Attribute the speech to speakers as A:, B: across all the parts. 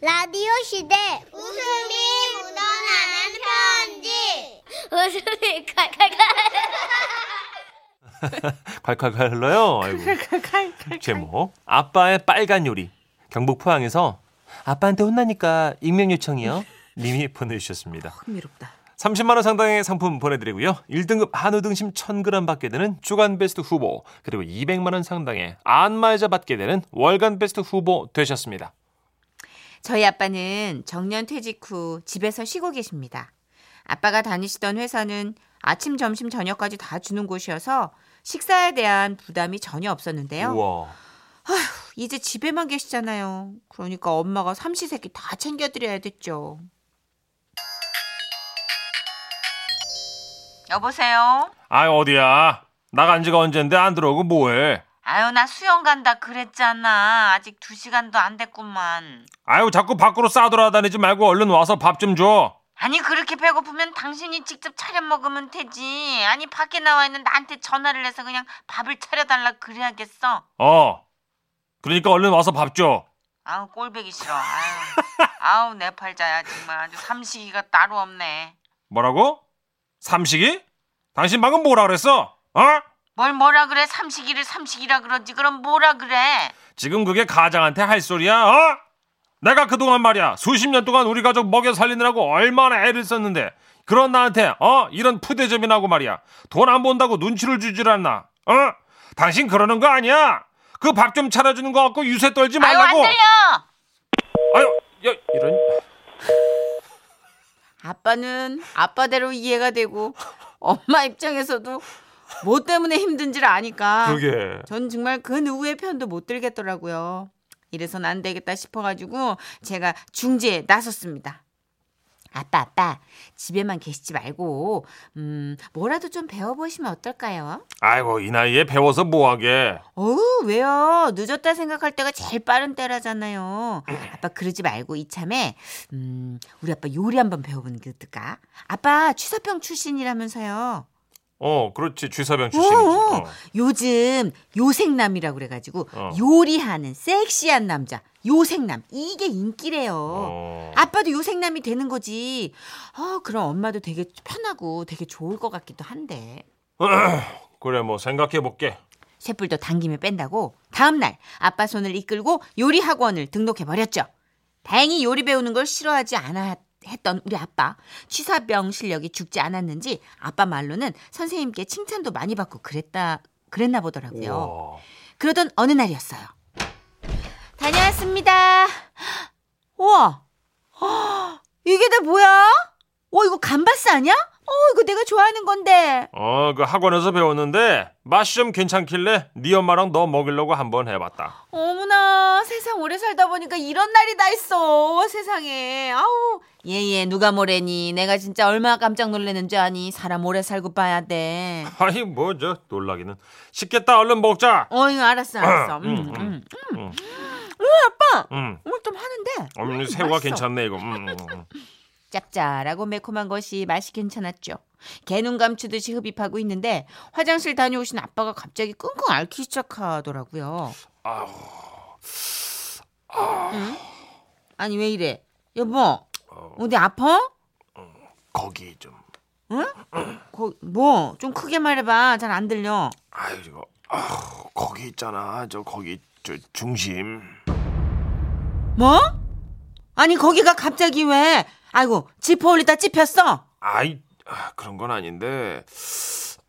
A: 라디오 시대 웃음이 묻어나는 편지 웃음이 칼칼칼
B: 콸콸콸 흘러요. 아이고. 제목 아빠의 빨간 요리 경북 포항에서 아빠한테 혼나니까 익명 요청이요. 님이 보내주셨습니다.
C: 흥미롭다.
B: 30만 원 상당의 상품 보내드리고요. 1등급 한우 등심 1,000g 받게 되는 주간 베스트 후보 그리고 200만 원 상당의 안마의자 받게 되는 월간 베스트 후보 되셨습니다.
C: 저희 아빠는 정년 퇴직 후 집에서 쉬고 계십니다. 아빠가 다니시던 회사는 아침, 점심, 저녁까지 다 주는 곳이어서 식사에 대한 부담이 전혀 없었는데요.
B: 우와.
C: 이제 집에만 계시잖아요. 그러니까 엄마가 삼시세끼 다 챙겨드려야겠죠. 여보세요?
B: 아 어디야? 나간 지가 언젠데 안 들어오고 뭐해?
C: 아유, 나 수영 간다 그랬잖아. 아직 두 시간도 안 됐구만.
B: 아유 자꾸 밖으로 싸돌아다니지 말고 얼른 와서 밥 좀 줘.
C: 아니 그렇게 배고프면 당신이 직접 차려 먹으면 되지. 아니 밖에 나와 있는 나한테 전화를 해서 그냥 밥을 차려달라 그래야겠어.
B: 어. 그러니까 얼른 와서 밥 줘.
C: 아우 꼴배기 싫어. 아우, 아우 내 팔자야 정말 아주 삼식이가 따로 없네.
B: 뭐라고? 삼식이? 당신 방금 뭐라 그랬어? 어?
C: 뭘 뭐라 그래 삼식이를 삼식이라 그러지 그럼 뭐라 그래?
B: 지금 그게 가장한테 할 소리야? 어? 내가 그동안 말이야 수십 년 동안 우리 가족 먹여 살리느라고 얼마나 애를 썼는데 그런 나한테 어 이런 푸대접이나고 말이야 돈 안 번다고 눈치를 주질 않나 어 당신 그러는 거 아니야 그 밥 좀 차려주는 거 갖고 유세 떨지
C: 아유 안
B: 말라고
C: 들려.
B: 아유 야 이런
C: 아빠는 아빠대로 이해가 되고 엄마 입장에서도 뭐 때문에 힘든지를 아니까
B: 그게
C: 전 정말 그 누구의 편도 못 들겠더라고요. 이래선 안 되겠다 싶어가지고 제가 중재에 나섰습니다. 아빠, 아빠, 집에만 계시지 말고, 음, 뭐라도 좀 배워보시면 어떨까요?
B: 아이고 이 나이에 배워서 뭐하게
C: 어우, 왜요? 늦었다 생각할 때가 제일 빠른 때라잖아요. 아빠, 그러지 말고 이참에, 음, 우리 아빠 요리 한번 배워보는 게 어떨까? 아빠, 취사병 출신이라면서요.
B: 어 그렇지 주사병
C: 오,
B: 출신이지
C: 어. 요즘 요생남이라고 그래가지고
B: 어.
C: 요리하는 섹시한 남자 요생남 이게 인기래요.
B: 어.
C: 아빠도 요생남이 되는 거지. 어, 그럼 엄마도 되게 편하고 되게 좋을 것 같기도 한데.
B: 어. 그래 뭐 생각해 볼게.
C: 쇳불도 당김에 뺀다고 다음날 아빠 손을 이끌고 요리 학원을 등록해 버렸죠. 다행히 요리 배우는 걸 싫어하지 않아 했던 우리 아빠 취사병 실력이 죽지 않았는지 아빠 말로는 선생님께 칭찬도 많이 받고 그랬다 그랬나 보더라고요. 그러던 어느 날이었어요. 다녀왔습니다. 우와, 헉, 이게 다 뭐야? 어, 이거 감바스 아니야? 어, 이거 내가 좋아하는 건데.
B: 어, 그 학원에서 배웠는데 맛이 좀 괜찮길래 네 엄마랑 너 먹이려고 한번 해봤다.
C: 어머나, 세상 오래 살다 보니까 이런 날이 다 있어. 세상에. 아우. 예예, 누가 뭐래니. 내가 진짜 얼마나 깜짝 놀랐는지 아니. 사람 오래 살고 봐야 돼.
B: 아이 뭐 저 놀라기는. 식겠다 얼른 먹자.
C: 어이, 알았어, 알았어. 음,
B: 음,
C: 음.
B: 음. 음.
C: 아빠!
B: 음,
C: 오늘 좀 하는데.
B: 음
C: 음,
B: 새우가
C: 맛있어.
B: 괜찮네 이거. 음, 음, 음.
C: 짭짤하고 매콤한 것이 맛이 괜찮았죠. 개눈 감추듯이 흡입하고 있는데 화장실 다녀오신 아빠가 갑자기 끙끙 앓기 시작하더라고요.
B: 아우.
C: 아니 왜 이래? 여보 어디 아파?
B: 거기 좀.
C: 거, 뭐? 좀 크게 말해봐. 잘 안 들려.
B: 아유 이거. 아우, 거기 있잖아. 저 거기 저 중심.
C: 뭐? 아니 거기가 갑자기 왜? 아이고 지퍼 올리다 찝혔어.
B: 아이 아, 그런 건 아닌데.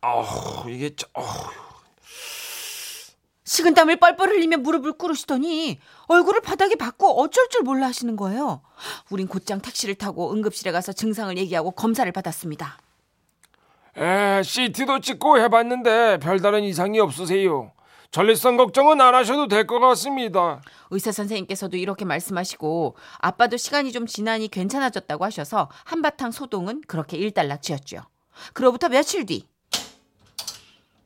B: 아우 이게 저. 아우.
C: 식은땀을 뻘뻘 흘리며 무릎을 꿇으시더니 얼굴을 바닥에 박고 어쩔 줄 몰라 하시는 거예요. 우린 곧장 택시를 타고 응급실에 가서 증상을 얘기하고 검사를 받았습니다.
B: 에, CT도 찍고 해봤는데 별다른 이상이 없으세요. 전립선 걱정은 안 하셔도 될 것 같습니다.
C: 의사 선생님께서도 이렇게 말씀하시고 아빠도 시간이 좀 지나니 괜찮아졌다고 하셔서 한바탕 소동은 그렇게 일단락지었죠. 그로부터 며칠 뒤.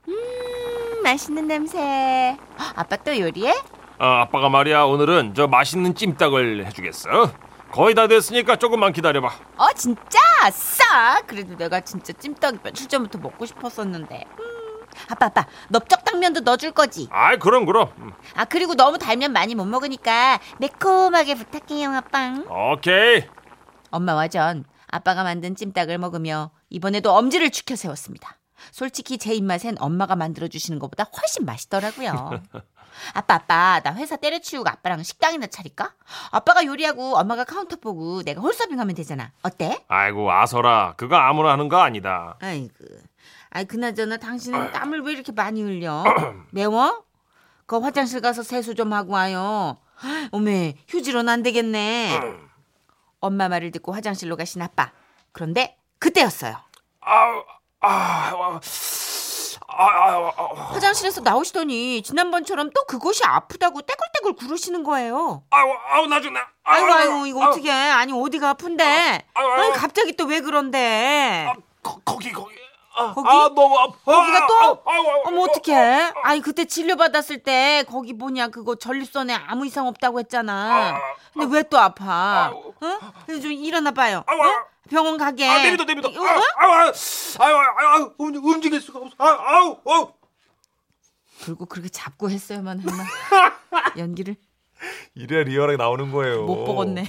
C: 음, 맛있는 냄새. 아빠 또 요리해?
B: 아, 아빠가 말이야 오늘은 저 맛있는 찜닭을 해주겠어. 거의 다 됐으니까 조금만 기다려봐.
C: 어, 진짜? 아싸! 그래도 내가 진짜 찜닭이 며칠 전부터 먹고 싶었었는데. 음. 아빠, 아빠, 넓적닭 사탕면도 넣어줄 거지.
B: 아이 그럼 그럼. 음,
C: 아 그리고 너무 달면 많이 못 먹으니까 매콤하게 부탁해요 아빵.
B: 오케이.
C: 엄마와 전 아빠가 만든 찜닭을 먹으며 이번에도 엄지를 추켜 세웠습니다. 솔직히 제 입맛엔 엄마가 만들어 주시는 것보다 훨씬 맛있더라고요. 아빠 아빠 나 회사 때려치우고 아빠랑 식당이나 차릴까? 아빠가 요리하고 엄마가 카운터 보고 내가 홀서빙하면 되잖아. 어때?
B: 아이고 아서라 그거 아무나 하는 거 아니다.
C: 아이고. 아이 그나저나 당신은 땀을 왜 이렇게 많이 흘려? 매워? 그 화장실 가서 세수 좀 하고 와요. 어메 휴지로는 안 되겠네. 엄마 말을 듣고 화장실로 가신 아빠. 그런데 그때였어요.
B: 아우 아우 아우 아우
C: 화장실에서 나오시더니 지난번처럼 또 그곳이 아프다고 떼굴떼굴 구르시는 거예요.
B: 아우 아우 나중에
C: 아이고 아이고 이거 어떻게 아니 어디가 아픈데?
B: 아유, 아유,
C: 아니
B: 아유.
C: 갑자기 또 왜 그런데?
B: 거, 거기 거기 아,
C: 거기?
B: 아 너무 아파
C: 거기가 또?
B: 아, 아우, 아우,
C: 어머
B: 아우,
C: 어떡해? 아니 그때 진료 받았을 때 거기 뭐냐 그거 전립선에 아무 이상 없다고 했잖아. 근데 왜 또 아파? 응? 좀 일어나 봐요.
B: 아우, 아우.
C: 병원 가게. 어?
B: 아 내비둬 내비둬
C: 이거
B: 아우
C: 뭐야?
B: 아우 아우 아우, 아우 아우 움직- 움직일 수가 없어 아우 아우 아우
C: 결국 그렇게 잡고 했어야만 했나? 연기를
B: 이래 리얼하게 나오는 거예요
C: 못 보겠네.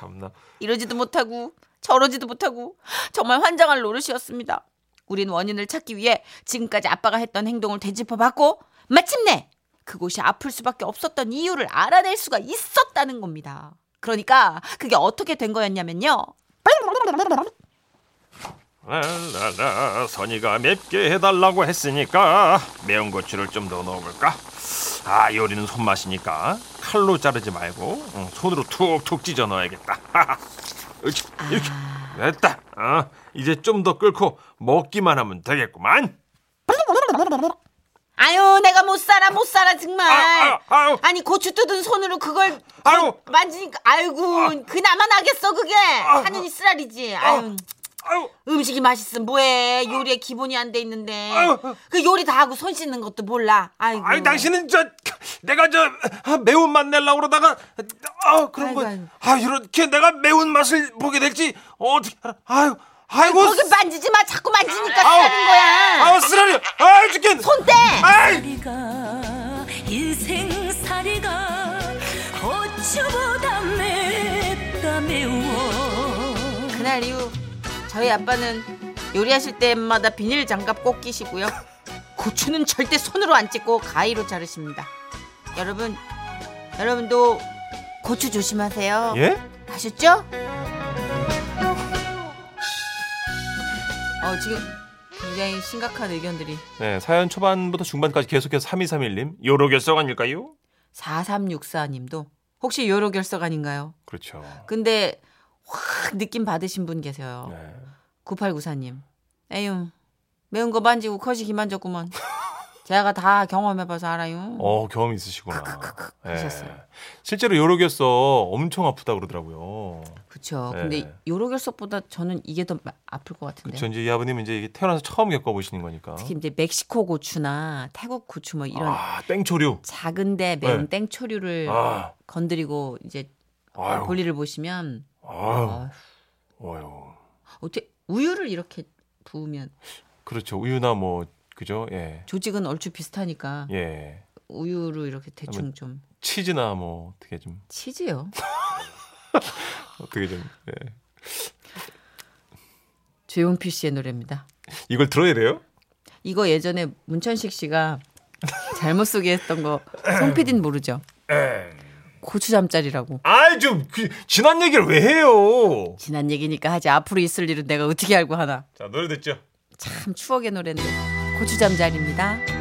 B: 참나
C: 이러지도 못하고 저러지도 못하고 정말 환장할 노릇이었습니다. 우린 원인을 찾기 위해 지금까지 아빠가 했던 행동을 되짚어봤고 마침내 그곳이 아플 수밖에 없었던 이유를 알아낼 수가 있었다는 겁니다. 그러니까 그게 어떻게 된 거였냐면요.
B: 랄랄라 선이가 맵게 해달라고 했으니까 매운 고추를 좀 더 넣어볼까? 아 요리는 손맛이니까 칼로 자르지 말고 응, 손으로 툭툭 찢어 넣어야겠다. 이렇게 이렇게
C: 아.
B: 됐다. 어, 이제 좀 더 끓고 먹기만 하면 되겠구만.
C: 아유 내가 못 살아 못 살아
B: 아유
C: 정말.
B: 아유
C: 아니 고추 뜯은 손으로 그걸
B: 아유
C: 만지니까 아이고 그나마 나겠어 그게
B: 아.
C: 하느니 쓰라리지. 아유.
B: 아유
C: 음식이 맛있으면 뭐해 요리에 기본이 안 돼 있는데
B: 아유.
C: 그 요리 다 하고 손 씻는 것도 몰라 아이고
B: 아유 당신은 저 내가 저 아, 매운맛 내려고 그러다가 아 그런
C: 아이고, 아이고.
B: 거아 이렇게 내가 매운맛을 보게 될지 어떻게 알아. 아유 아이고
C: 거기 만지지 마 자꾸 만지니까
B: 아우.
C: 쓰는 거야
B: 아우 쓰라리 아죽겠
C: 손대
B: 아이
D: 살이가 인생살이가 고추보다 맵다 매워
C: 그날 이후 저희 아빠는 요리하실 때마다 비닐 장갑 꼭 끼시고요 고추는 절대 손으로 안 찍고 가위로 자르십니다 여러분 여러분도 고추 조심하세요
B: 예?
C: 아셨죠? 어 지금 굉장히 심각한 의견들이
B: 네 사연 초반부터 중반까지 계속해서 3231님 요로 결석 아닐까요?
C: 4364님도 혹시 요로 결석아닌가요?
B: 그렇죠
C: 근데 확 느낌 받으신 분 계세요.
B: 네.
C: 9894님. 에휴 매운 거 만지고 컷이 기만졌구만. 제가 다 경험해봐서 알아요.
B: 어 경험 있으시구나 예.
C: 하셨어요.
B: 실제로 요로 결석 엄청 아프다 그러더라고요
C: 그쵸.
B: 네.
C: 근데 요로 결석보다 저는 이게 더 마- 아플 것 같은데.
B: 그쵸 이제 이 아버님은 이제 이게 태어나서 처음 겪어보시는 거니까
C: 네. 특히 이제 멕시코 고추나 태국 고추 뭐 이런
B: 아 땡초류
C: 작은데 매운
B: 네.
C: 땡초류를
B: 아
C: 건드리고 이제
B: 아유.
C: 볼일을 보시면
B: 아유
C: 어,
B: 어휴
C: 어떻게 우유를 이렇게 부으면
B: 그렇죠 우유나 뭐 그죠 예예
C: 조직은 얼추 비슷하니까 우유로 이렇게 대충
B: 한번
C: 좀
B: 치즈나 뭐 어떻게 좀
C: 치즈요.
B: 어떻게 좀 예.
C: 조용필 씨의 노래입니다.
B: 이걸 들어야 돼요?
C: 이거 예전에 문천식 씨가 잘못 소개했던 거 송피딘 모르죠?
B: 예.
C: 고추잠자리라고.
B: 아이 좀 그, 지난 얘기를 왜 해요?
C: 지난 얘기니까 하지 앞으로 있을 일은 내가 어떻게 알고 하나.
B: 자 노래 듣죠.
C: 참 추억의 노래인데 고추잠자리입니다.